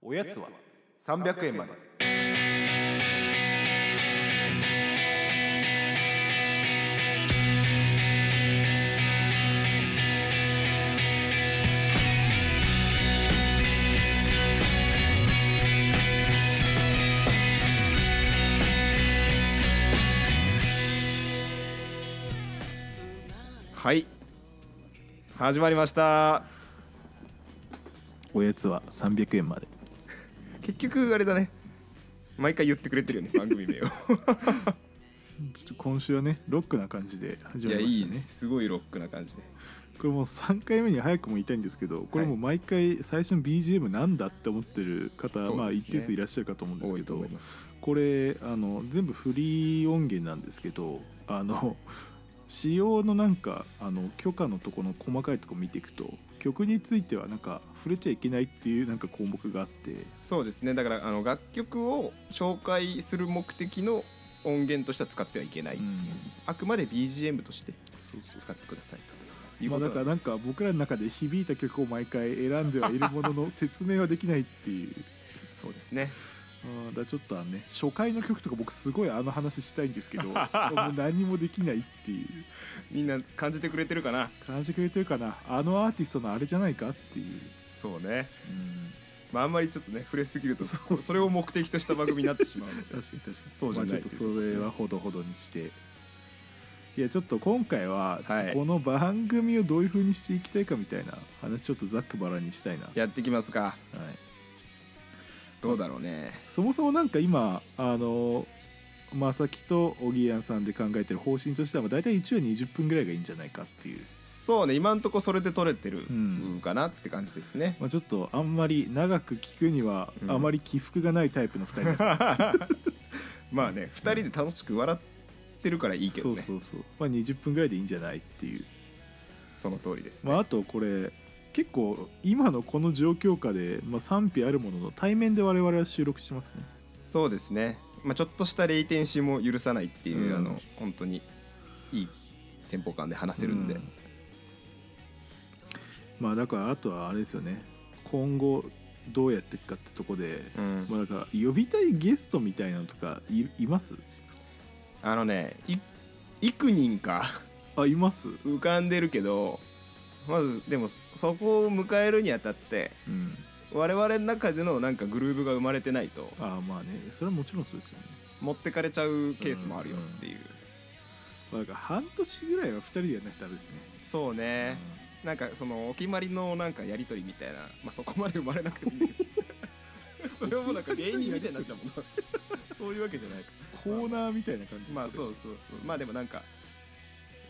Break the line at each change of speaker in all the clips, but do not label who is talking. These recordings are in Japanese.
おやつは300円まではい始まりました
おやつは300円まで
結局あれだね毎回言ってくれてるよね番 組名を
ちょっと今週はねロックな感じで始
い
ま
や
りま
い
し
い
た
で
ね
すすごいロックな感じで
これもう3回目に早くも言いたいんですけどこれもう毎回最初の BGM なんだって思ってる方、
そうですね
まあ一定数いらっしゃるかと思うんです
多
け
いと
ど
思います
これあの全部フリー音源なんですけどあ の使用のなんかあの許可のとこの細かいとこ見ていくと曲についてはなんか触れちゃいけないっていうなんか項目があって
そうですねだからあの楽曲を紹介する目的の音源としては使ってはいけない、
うん
あくまで BGM として使ってくださいという
ま
こ
あ、
とだ
だからなんか僕らの中で響いた曲を毎回選んではいるものの説明はできないっていう
そうですね
うんだからちょっとあのね初回の曲とか僕すごいあの話したいんです けどもう何もできないっていう
みんな感じてくれてるかな
感じてくれてるかなあのアーティストのあれじゃないかっていう、
そうね、
うん、
まあ、あんまりちょっとね触れすぎると
そう
それを目的とした番組になってしまうので
確かに確かに
そうじゃない
まあちょっとそれはほどほどにしていやちょっと今回はちょっ
はい
とこの番組をどういうふうにしていきたいかみたいな話ちょっとざっくばらんにしたいな、はい、
やってきますかどうだろうね
そもそもなんか今あの正木とおぎやんさんで考えてる方針としてはまあ大体1話20分ぐらいがいいんじゃないかっていう、
そうね今んとこそれで撮れてる
うん
かなって感じですね、
まあ、ちょっとあんまり長く聞くには
うん
あまり起伏がないタイプの2人だ
まあね2人で楽しく笑ってるからいいけど
そう
ね
そうそう、まあ、20分ぐらいでいいんじゃないっていう、
その通りです、ね
まあ、あとこれ結構今のこの状況下で、まあ、賛否あるものの対面で我々は収録してますね
そうですね、まあ、ちょっとしたレイテンシーも許さないっていう、
うん
あの本当にいいテンポ感で話せるんで、
うんまあだからあとはあれですよね今後どうやっていくかってとこで
うん
まあ、なんか呼びたいゲストみたいなのとかいいます
あのねい幾人か
あいます、
浮かんでるけどまずでもそこを迎えるにあたって
うん、
我々の中でのなんかグルーブが生まれてないと
あまあねそれはもちろんそうですよね、
持ってかれちゃうケースもあるよっていう、
まあ、なんか半年ぐらいは2人でやらないとダメですね
そうね、なんかそのお決まりのなんかやり取りみたいな、まあ、そこまで生まれなくてもいいんだけど それはもうなんか芸人みたいになっちゃうもん なそういうわけじゃない
うんコーナーみたいな感じ
まあそううそうそうまあでもなんか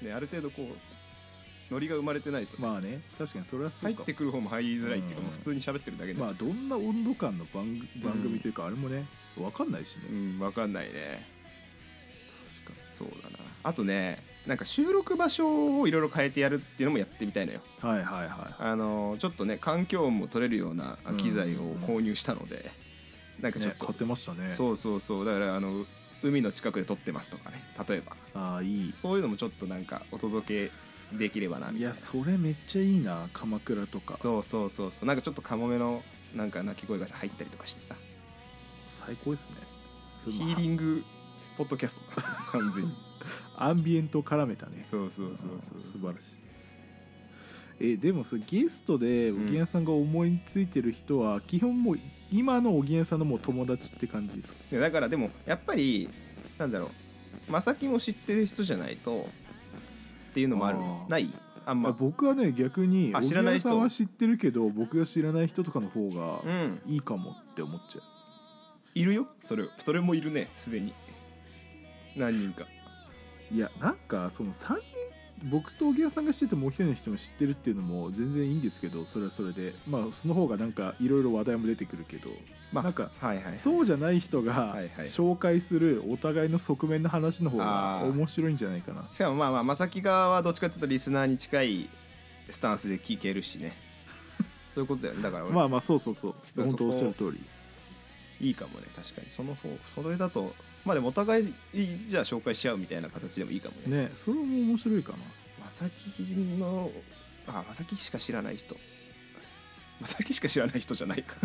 ねある程度こうノリが生まれてないと、
まあね確かにそれはそう
入っ
か
てくる方も入りづらいっていうか、
うん
もう普通に喋ってるだけで、
まあどんな温度感の番番組というかあれもね分かんないしね、
うん分かんないね
確か
そうだなあとねなんか収録場所をいろいろ変えてやるっていうのもやってみたいのよ
にはいはいは
あのちょっとね環境音も取れるような機材を購入したので、なん
い、
かちょ
ね
っ、と、
買ってましたね
そうそうそうだからあの海の近くで撮ってますとかね例えば
ああいい
そういうのもちょっとなんかお届けできればなみた
い
いな
やそれめっちゃいいな鎌倉とか
そうそうそうそうなんかちょっとカモメのなんか鳴き声が入ったりとかしてさ
最高ですねそ
ヒ
れも
ーリングポッドキャス ト完全に
アンビエントを絡めたね
そうそうそうそう
素晴らしいえでもそれゲストでお
うん
ぎやさんが思いついてる人は、基本もう今のおぎやさんのもう友達って感じですか
いやだからでもやっぱりなんだろうまさきも知ってる人じゃないとっていうのもある
あー
ないあん
まあ、
ま
僕はね逆にお
あ
ぎ
知らない
や
人
さんは知ってるけど僕が知らない人とかの方
う
が
ん
いいかもって思っちゃう
いるよそれそれもいるねすでに何人か
いやなんかその3人僕とおぎやさんが知っててもう一人の人も知ってるっていうのも全然いいんですけどそれはそれでまあその方がなんかいろいろ話題も出てくるけど
まあ
なんか
はいはい
そうじゃない人が
はいはい
紹介するお互いの側面の話の方が
あー
面白いんじゃないかな
しかもまあまあまさき側はどっちかっていうとリスナーに近いスタンスで聞けるし ねそういうことだよねだから俺
まあまあそうそうそう
だから
本
そこ
当おっしゃる通り
いいかもね確かにその方それだとまあでもお互いじゃあ紹介し合うみたいな形でもいいかもね
ねそれも面白いかな
まさきのあまさきしか知らない人まさきしか知らない人じゃないか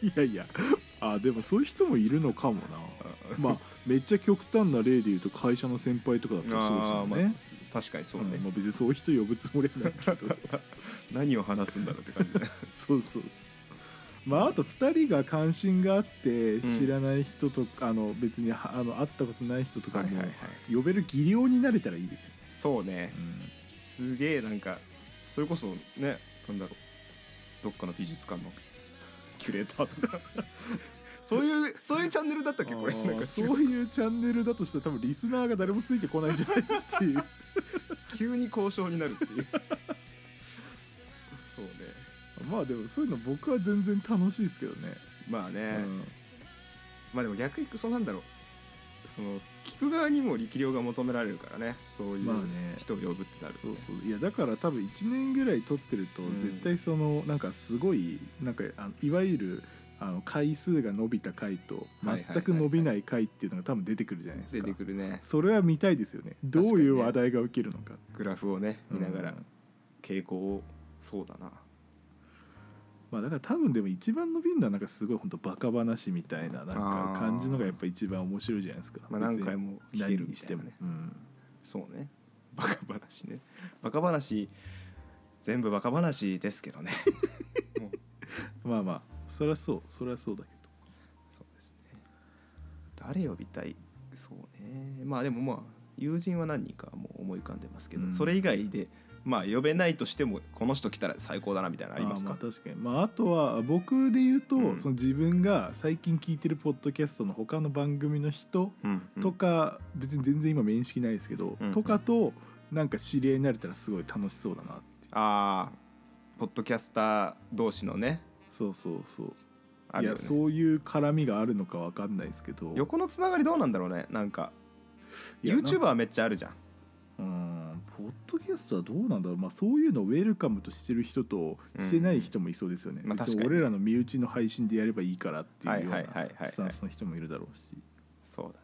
いやいやあでもそういう人もいるのかもな
あ
まあめっちゃ極端な例で言うと会社の先輩とかだったら
あ
そ
ー
うですよ
ま
ね
あ確かにそうね、
んまあ、別にそういう人呼ぶつもりはないけ ど
何を話すんだろうって感 じだよ
そうそうそうまああと2人が関心があって
ん
知らない人とか、あの別にはあの会ったことない人とか
はい
も
はいはい
呼べる技量になれたらいいですよ、
そうねすげえなんかそれこそねなんだろうどっかの美術館の キュレーターとか そういうそういうチャンネルだったっけこれ
あ
な
ー
んか違
そうういうチャンネルだとしたら多分リスナーが誰もついてこないんじゃないっ ていう
急に交渉になるって いうそうね
まあでもそういうの僕は全然楽しいですけどね、
まあね、
うん
まあでも逆に行くそうなんだろうその聞く側にも力量が求められるからねそうい
まあ
う
ね
人を呼ぶってなると
そう
ね、
そういやだから多分1年ぐらい撮ってると
うん
絶対そのなんかすごいなんかあのいわゆるあの回数が伸びた回と
はいはいはいはい
全く伸びない回っていうのが多分出てくるじゃないです
出
か
てくるね
それは見たいですよねどう
確かに
い
ね
う話題が受けるのか
グラフをね見ながら
うん
傾向をそうだな
まあだから多分でも一番伸びるのはなんかすごい本当バカ話みたいなな
あ
んか
ー
感じのがやっぱ一番面白いじゃないですか
まあ、何回も
別に
聞ける
何
み
に
た
し
いな
ても
ね
うん
そうね バカ話ねバカ話全部バカ話ですけどね
まあまあそりゃそうそりゃそうだけど
そうですね誰呼びたいそうねまあでもまあ友人は何人かもう思い浮かんでますけど、
うん
それ以外でまあ呼べないとしてもこの人来たら最高だなみたいなのあります
あ
か
ーまあ確かに、まあ、あとは僕で言うと、
うん
その自分が最近聞いてるポッドキャストの他の番組の人
うんうん
とか、別に全然今面識ないですけど、
うん
とかとなんか知り合いになれたらすごい楽しそうだなっていう
ああポッドキャスター同士のね
そうそうそう
あ
い
るよ
や
ね
そういう絡みがあるのかわかんないですけど
横のつながりどうなんだろうねなんか
いやなんか
YouTuber はめっちゃあるじゃん
うんポッドキャストはどうなんだろう、まあ、そういうのをウェルカムとしてる人としてない人もいそうですよね、
うんまあ
別に
確かに
俺らの身内の配信でやればいいからっていうよう
はいはいはいはいは
ないスタンスの人もいるだろうし。
そうだね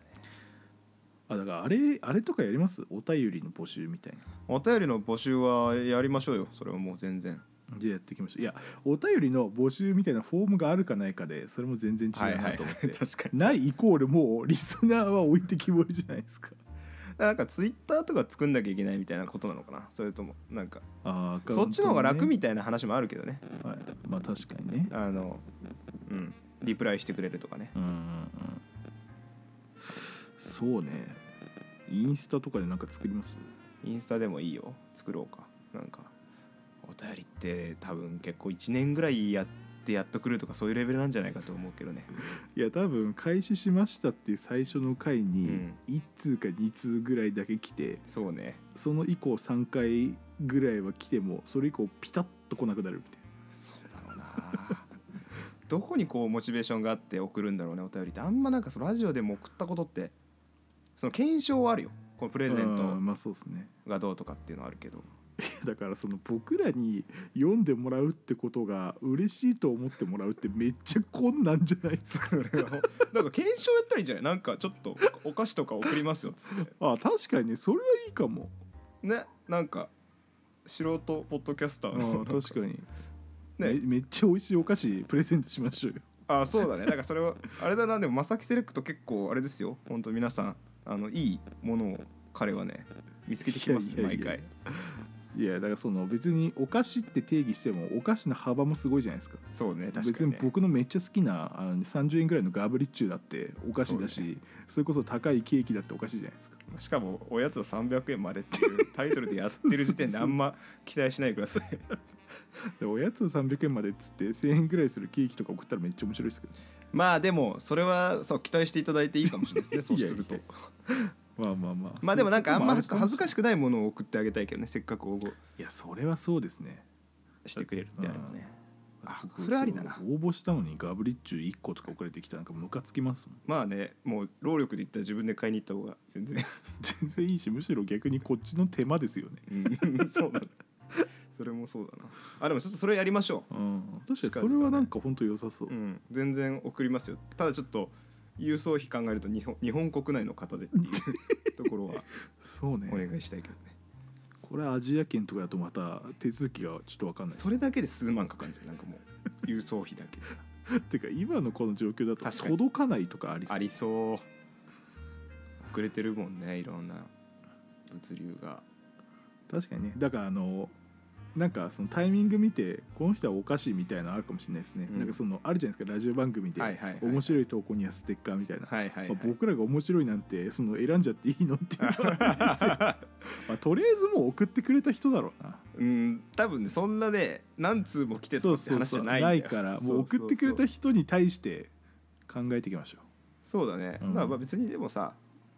あだからあれあれとかやりますお便りの募集みたいな
お便りの募集はやりましょうよそれはもう全然
じゃあやっていきましょういやお便りの募集みたいなフォームがあるかないかでそれも全然違うなと思って、
確かに
ないイコールもうリスナーは置いてきぼりじゃないですか
なんかツイッターとか作んなきゃいけないみたいなことなのかなそれともなんか
あー
そっちの方が楽み
た
たいな話もあるけどね
い、はい、まあ確かにね
あのうんリプライしてくれるとかね
うんうんうんそうねインスタとかでなんか作ります
インスタでもいいよ作ろうかなんかお便りって多分結構1年ぐらいやってやっとくるとかそういうレベルなんじゃないかと思うけどね
いや多分開始しましたっていう最初の回
う
に
ん
1通か2通ぐらいだけ来て、
そうね
その以降3回ぐらいは来てもそれ以降ピタッと来なくなるみたい
そうだろうな どこにこうモチベーションがあって送るんだろうねお便りってあんまなんかそのラジオでも送ったことってその検証はあるよこのプレ
な
ゼン
うん
ト
まあそうですね
がどうとかっていうのはあるけど
だからその僕らに読んでもらうってことが嬉しいと思ってもらうってめっちゃ困難じゃないですか
それはなんか検証やったらいいんじゃないなんかちょっとお菓子とか送りますよっつって
あ確かにねそれはいいかも
ねなんか素人ポッドキャスターの
あ確かに
ね
めめっちゃ美味しいお菓子プレゼントしましょうよ
あそうだねだからそれはあれだなでもまさきセレクト結構あれですよほんと皆さんあのいいものを彼はね見つけてきますね
いやいやい
毎
や
回
いやだからその別にお菓子って定義してもお菓子の幅もすごいじゃないですか
そうね確か
別
に、
に
ね、
僕のめっちゃ好きなあの30円ぐらいのガーブリッチューだってお菓子だしそ,、れこそ高いケーキだってお菓子じゃないですか
しかもおやつは300円までっていうタイトルでやってる時点であんま期待しないでくださ い
でおやつ300円までっつって1000円ぐらいするケーキとか送ったらめっちゃ面白いですけど
まあでもそれはそう期待していただいていいかもしれないですねそうすると
いやいまあまあまあ
まあでもなんかあんま恥ず
し
かしくないものを送ってあげたいけどねせっかく応募
いいやそれはそうですね
してくれるってあればねあ
僕
それありだな
応募したのにガーブリッチュー1個とか送られてきたらなんかムカつきますもん
まあねもう労力で言ったら自分で買いに行った方が全然
全然いいしむしろ逆にこっちの手間ですよね
うん そうだねそれもそうだなあでもちょっとそれやりましょ
うん確かにそれはなんか本当良さそう
う、うん、全然送りますよただちょっと郵送費考えると日本日本国内の方でっていうところは
そうね
お願いしたい けどね
これアジア圏とかだとまた手続きがちょっと分かんない
それだけで数万かかるんじゃんなんかもう郵送費だけでさ
てか今のこの状況だ
確
と
かに
届かないとかありそう
ありそう遅れてるもんねいろんな物流が
確かにねだからあのなんかそのタイミング見てこの人はおかしいみたいなのあるかもしれないですね、
うん
なんかそのあるじゃないですかラジオ番組で、
はいはいはい
面白い投稿にはステッカーみたいな、
はいはいはい
まあ僕らが面白いなんてその選んじゃっていいのっていうのは あれですよまあとりあえずもう送ってくれた人だろうな
うん多分ねそんなね何通も来てとかって話じゃないんだ
な
よ
いからもう送ってくれた人に対して考えていきましょ
そうだね、
うん
まあまあ別にでもさ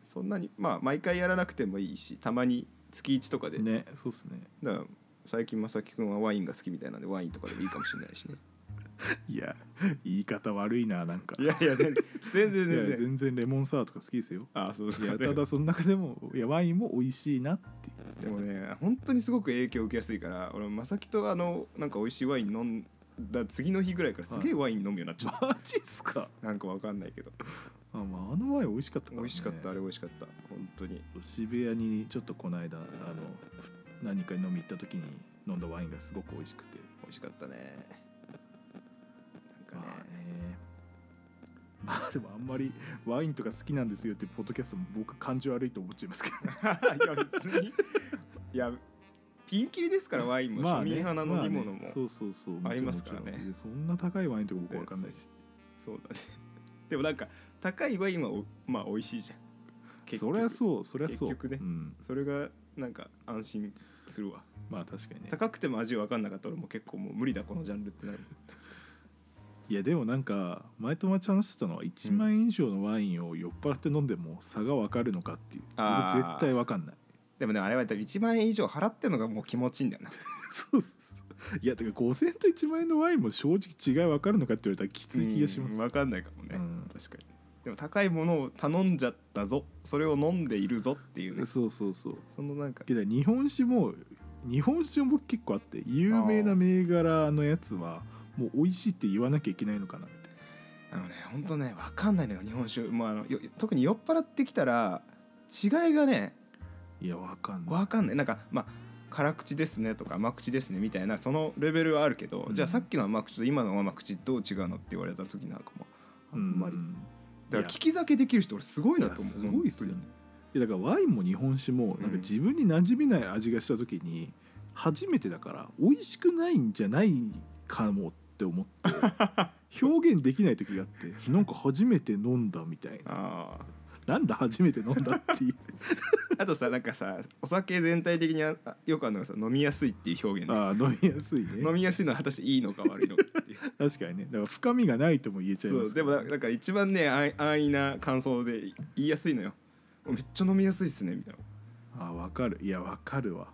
そんなにまあ毎回やらなくてもいいしたまに月1とかで、
うねそうですね
だから最近正木君はワインが好きみたいなんでワインとかでもいいかもしれないしね
いや言い方悪 いななんか
いやいや全然全然
いや全然レモンサワーとか好きですよ
ああそうそ
いうやただその中でもいやワインも美味しいな っていう
でもね本当にすごく影響を受けやすいから俺正木とあのなんか美味しいワイン飲んだ次の日ぐらいからすげえワイン飲むようになっちゃった、
マジっすか
なんかわかんないけど
あ,、まあ、あのワイン美味しかったから、ね、
美味しかったあれ美味しかった本当に
渋谷にちょっとこの間あの何か飲み行った時に飲んだワインがすごく美味しくて
美味しかったねなんか
ま
ね
あねまあ でもあんまりワインとか好きなんですよっていうポッドキャストも僕感じ悪いと思っちゃいますけど
いや別にいやピンキリですからワインも、庶民派な飲み物も、
まあね
そ
そうそうそう
ありますからね
もちろんもちろんそんな高いワインとか僕わかんないし
うだね でもなんか高いワインはおまあ美味しいじゃん結
そ
局
りゃそうそりゃそう
結局ね
うん、
それがなんか安心するわ
まあ確かにね
高くても味わかんなかったら俺もう結構もう無理だこのジャンルってなる
いやでもなんか前友達と話してたのは1万円以上のワインを酔っ払って飲んでも差が分かるのかっていう
あー
俺絶対分かんない
でもねあれは1万円以上払ってるのがもう気持ちいいんだよな
そうそうそういやてか5000円と1万円のワインも正直違い分かるのかって言われたらきつい気がします
分かんないかもね、
うん
確かにでも高いものを頼んじゃったぞそれを飲んでいるぞっていうね
そうそうそう
そのなんか
けど日本酒も日本酒も僕結構あって有名な銘柄のやつはもう美味しいって言わなきゃいけないのかなみたい
あのね本当ね分かんないのよ日本酒もうあのよ特に酔っ払ってきたら違いがね
ないや分かんない
分かんないなんかまあ辛口ですねとか甘口ですねみたいなそのレベルはあるけど、
うん
じゃあさっきの甘口と今の甘口どう違うのって言われた時なんかもあんまり、
うん
だから聞き酒できる人俺すごいなと思う
いやすごいっすよね
本
いやだからワインも日本酒も
う
なん
ん
か自分に馴染みない味がした時に初めてだから美味しくないんじゃないかもって思って 表現できない時があってなんか初めて飲んだみたい
当にああ
ななんだ初めて飲んだっていう
あとさなんかさお酒全体的にああよくあるのがさ飲みやすいっていう表現ね
ああ飲みやすい
飲
ね
みやすいのは果たしていいのか悪いのかっていう
確かにねだから深みがないとも言えちゃい
そ
ま
う
す
で
け
も
ど
だだから一番ね安安易な感想で言いやすいのよめっちゃ飲みやすいっすねみたいな
あ分かるいや分かるわ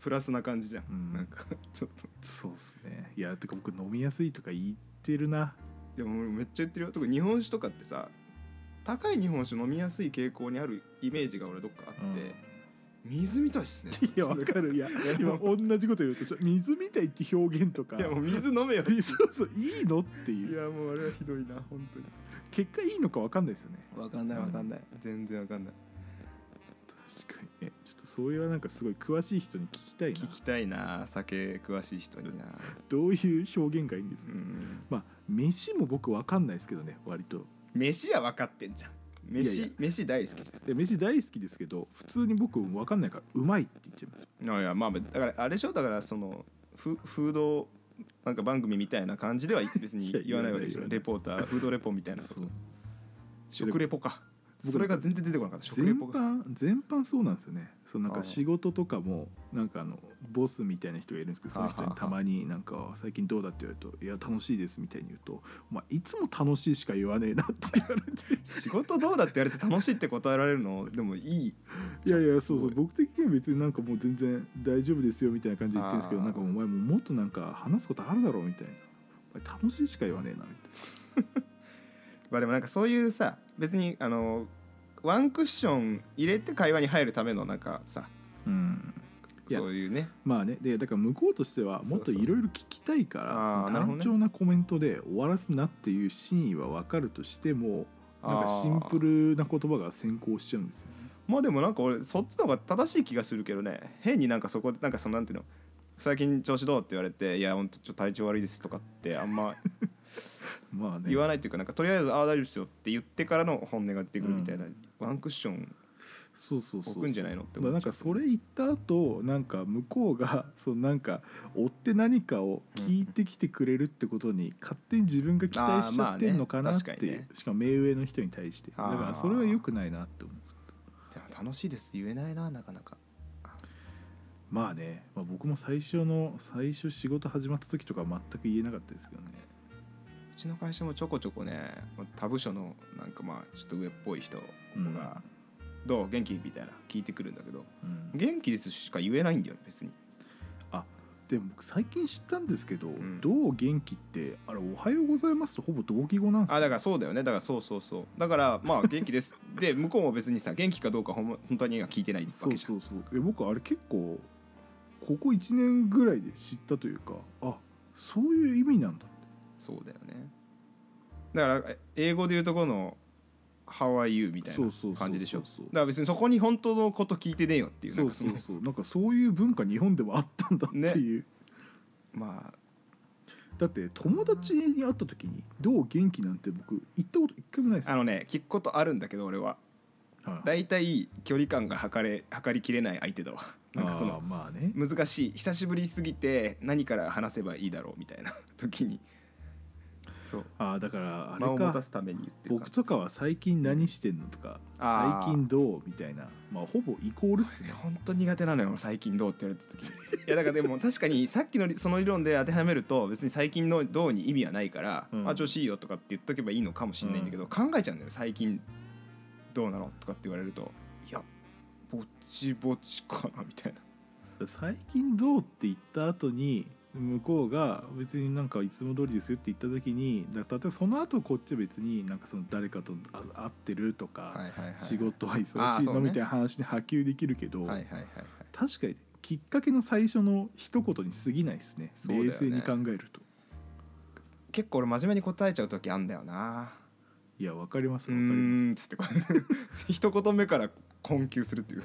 プラスな感じじゃん、
うん
なんかちょっと
そうっすねいやてか僕飲みやすいとか言ってるな
でも俺めっちゃ言ってるよ特に日本酒とかってさ高い日本酒飲みやすい傾向にあるイメージが俺どっかあって、水みたいっすね
いや分かるいや今同じこと言うとちょ水みたいって表現とか
いやもう水飲めよ
そうそういいのって
い
いう
やもうあれはひどいな本当に
結果いいのか分かんないですよね
わかん
ないわかんない
全然わかんない
確かにねちょっとそれはなんかすごい詳しい人に聞きたいな
聞きたいな酒詳しい人にな
どういう表現がいいんです
う
か、
ん
まあ飯も僕分かんないですけどね割と
飯は分かってんじゃん飯
いやいや
飯大好きじ
で飯大好きですけど普通に僕分かんないからうまいって言っちゃいます
ゃんいやまあだからあれでしょだからそのフフードなんか番組みたいな感じでは別に
いや
言わないわけでしょ
言わない
レポーターフードレポみたいなこと
そう
食レポか
僕
それが全然出てこなかった食レ
全
ポが
般全般そうなんですよねそのなん
あ
か
ー
仕事とかもなんかあのボスみたいな人がいるんですけどその人
はあは
に
あ
たまになんか「最近どうだ?」って言われると「いや楽しいです」みたいに言うと「お前いつも楽しいしか言わねえな」って言われ て
仕事どうだって言われて楽しいって答えられるのでもいい
いやいやそうそう
すご
僕的には別になんかもう全然大丈夫ですよみたいな感じで言ってるんですけど
あー
なんかお前もうもっとなんか話すことあるだろうみたいなお前楽しいしか言わねえなみたい
まあでもなんかそういうさ別にあのワンクッション入れて会話に入るためのなんかさ
な、うん、いや
そういうね
まあねでだから向こうとしてはもっといろいろ聞きたいか
あーな
ら
るほど
単
ね
調なコメントで終わらすなっていう真意は分かるとしてもなんかシンプ
あー
ルな言葉が先行しちゃうんですよね
まあでもなんか俺そっちの方が正しい気がするけどね変になんかそこでなんかそのなんていうの最近調子どうって言われて「いやほんとちょっと体調悪いです」とかってあんま
まあね
言わないっていうかなんかとりあえず「ああ大丈夫ですよ」って言ってからの本音が出てくるみたいな、
うん
ワンクッション
そうそうそう
置くんじゃないのって
まあ、
思
な
っ
ん
ちゃ
か
う
それ言った後なんか向こうが そのなんか追って何かを聞いてきてくれるってことに勝手に自分が期待しちゃってんのかなって
あーまあね確か
い
にね
うしかも目上の人に対してだ
あー
からそれは良くないなって思う
でも楽しいです言えないななかなか
まあね、まあ、僕も最初の最初仕事始まった時とか全く言えなかったですけどね
うちの会社もちょこちょこね他部署のなんかまあちょっと上っぽい人
うん
が「どう元気?」みたいな聞いてくるんだけど
うん
「元気です」しか言えないんだよね別に
でも僕最近知ったんですけど「
ん
どう元気?」ってあれ「おはようございます」とほぼ同義語なんですよ
あだからそうだよねだからそうそうそうだからまあ元気です で向こうも別にさ元気かどうかほんま本当には聞いてないわ
そ
け
う
じゃん
そうそうえ僕あれ結構ここ1年ぐらいで知ったというかあそういう意味なんだって
そうだよねだからえ英語で言うとこの「How are you?」みたい
そうそうそう
な感じでしょだ
そうそう
から別にそこに本当のこと聞いてねえよっていうなんか
そ
そうの
そうそうなんかそういう文化日本でもあったんだっていう、
まあ
だって友達に会った時に「どう元気?」なんて僕言ったこと一回もないです
あ
よ、
のね聞くことあるんだけど俺は
はい
大体距離感が測れ測りきれない相手だわなんかそ
あー
の
まあね
難しい久しぶりすぎて何から話せばいいだろうみたいな時にそう
あーだからあ
間を
れ
持
か
たすために言ってる
僕とか
は
は最近何してんのとか
あー
最近どうみたいなまあほぼイコールっすね
本当苦手なのよ最近どうって言われた時にいやだからでも確かにさっきのりその理論で当てはめると別に最近のどうに意味はないから、
うん
あ調子いいよとかって言っとけばいいのかもしれないんだけど、考えちゃうんだよ最近どうなのとかって言われるといやぼちぼちかなみたいな
最近どうって言った後に向こうが別になんかいつも通りですよって言った時にだ例えばその後こっちは別になんかその誰かとあ会ってるとか、
はいはいはい
仕事は
あ
忙
ー
しい
そう
の
ね
みたいな話に波及できるけど、
はいはいはいはい
確かにきっかけの最初の一言に過ぎないですね
そうだよ
冷
ね
静に考えると
結構俺真面目に答えちゃう時あんだよない
やわかります
うー
わかります
んっつってこ う一言目から困窮するっていう
い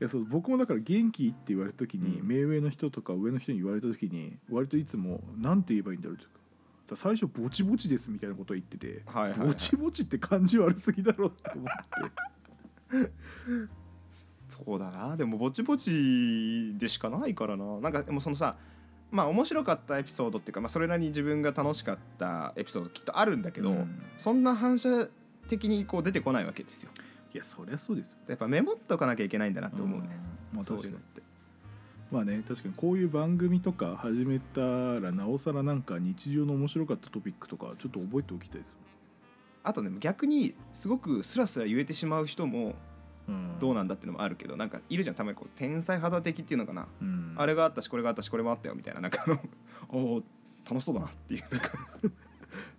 やそう僕もだから「元気?」って言われた時に、
うん
目上の人とか上の人に言われた時に割といつも何て言えばいいんだろうというかだから最初「ぼちぼちです」みたいなことを言ってて
はいはい、は
ぼ
い、
ちぼちって感じ悪すぎだろって思って
そうだなでもぼちぼちでしかないからななんかでもそのさまあ面白かったエピソードっていうか、まあ、それなりに自分が楽しかったエピソードきっとあるんだけど、
うん
そんな反射的にこう出てこないわけですよ
いやそりゃそうですよ
やっぱメモっとかなきゃいけないんだなって思うね、
まあ
そう
確
い
か
う
に
のって
まあね確かにこういう番組とか始めたらなおさらなんか日常の面白かったトピックとかちょっと覚えておきたいです
あとね逆にすごくスラスラ言えてしまう人も
うん
どうなんだってのもあるけどなんかいるじゃんたまにこう天才肌的っていうのかな、
うん
あれがあったしこれがあったしこれもあったよみたいななんかあのおー楽しそうだなっていうなんか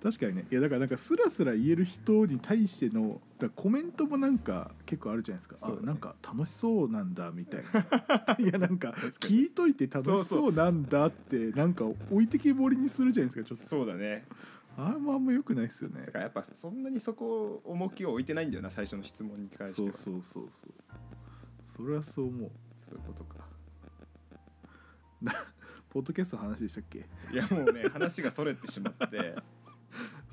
確かにねいやだからなんかスラスラ言える人に対してのだからコメントもなんか結構あるじゃないですか
そうだ
あ
ね
なんか楽しそうなんだみたい ないやなんか
かに
聞いといて楽しそうなんだってなんか置いてきぼりにするじゃないですかちょっと
そうだね
あれもあんま良くないですよね
だからやっぱそんなにそこ重きを置いてないんだよな最初の質問に対して
そう
は
そううそうそうそれはそう思う
そういうことか
ポッドキャストの話でしたっけ
いやもうね話がそれてしまって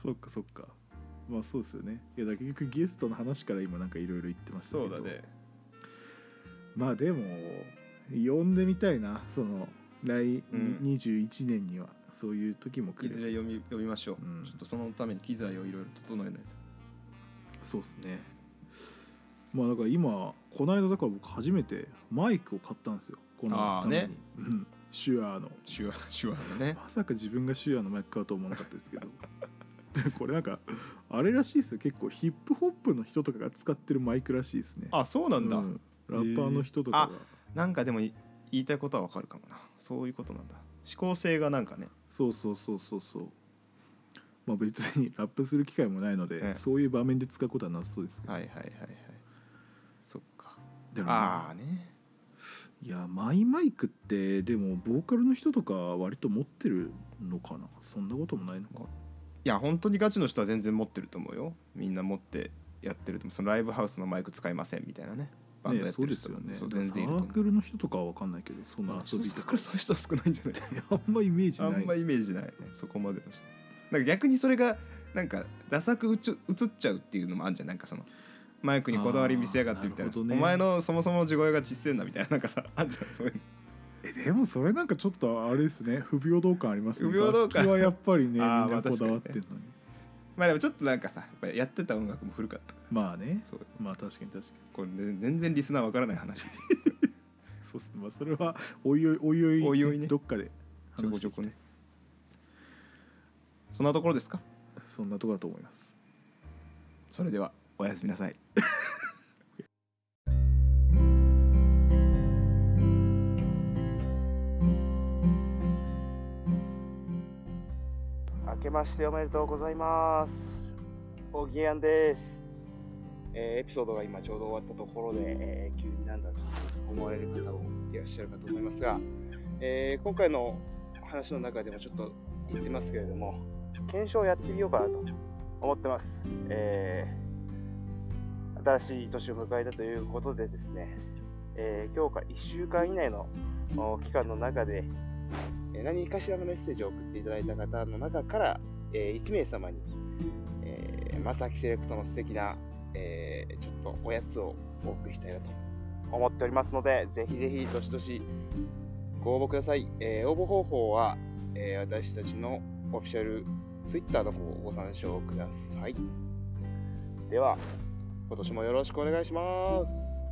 そっかそっかまあそうですよねいやだから結局ゲストの話から今なんかいろいろ言ってまし た
そ
けど
うだね
まあでも呼んでみたいなその来、
うん
21年にはそういう時も来
いず
る
れ読み読みましょう、
うん
ちょっとそのために機材をいろいろ整えないと
そうですねまあだから今この間だから僕初めてマイクを買ったんですよこの
あー
ために、
ね
うんシュアーの
手話 手話のね
まさか自分がシュアーのマイク買うと思わなかったですけど でこれなんかあれらしいですよ結構ヒップホップの人とかが使ってるマイクらしいですね
あそうなんだ、
うんラッパーの人とかが、
なんかでもい言いたいことはわかるかもなそういうことなんだ思考性がなんかね
そうそうそうそうそうまあ別にラップする機会もないので、
ええ
そういう場面で使うことはなさそうですけど
はいはいはいはいそっか
でも
ああね
いやマイマイクってでもボーカルの人とか割と持ってるのかなそんなこともないのか
いや本当にガチの人は全然持ってると思うよみんな持ってやってると思うそのライブハウスのマイク使いませんみたいなねバンドや
ね
って
そう
る
です
人
よね
そう
だから
全
サ
然いると
ー
思
クルの人とかは分かんないけどそん
う
な
あそ
遊
う
び
サ
と
ー
か
クルそういう人は少ないんじゃない
あんまイメージ
あ
ない
んまイメージないねそこまでの人なんか逆にそれがなんかダサくうつ映っちゃうっていうのもあるじゃんなんかそのマイクにこだわり見せやがってみたいな
あーなるほどね
お前のそもそも地声がちっせえんだみたいななんかさあんじゃんそういうの
えでもそれなんかちょっとあれですね不平等感ありますね
不平等感
楽器はやっぱりねみん
あーま
な
あ
こだわってんのに
まあでもちょっとなんかさやっぱりやってた音楽も古かった
まあね
そう
まあ確かに確か
これ、ね、全然リスナーわからない話
にそうっすねまあそれはおいおいおいおい
おいおいね
どっかで
ちょこ
話し
ち
て
ょ
いき
こ
たい
ねそんなところですか
そんなとこだと思います
それではおやすみなさい
明けましておめでとうございます。おぎやんです。えーエピソードが今ちょうど終わったところで、えー急になんだと思われる方もいらっしゃるかと思いますが、えー今回の話の中でもちょっと言ってますけれども、検証をやってみようかなと思ってます。えー新しい年を迎えたということでですね、えー今日から1週間以内のお期間の中で、えー何かしらのメッセージを送っていただいた方の中から、え1名様に、えー、まさきセレクトの素敵な、えーちょっとおやつをお送りしたいなと思っておりますので、ぜひぜひ、どしどしご応募ください。えー応募方法は、えー私たちのオフィシャル Twitter の方をご参照ください。では、今年もよろしくお願いします。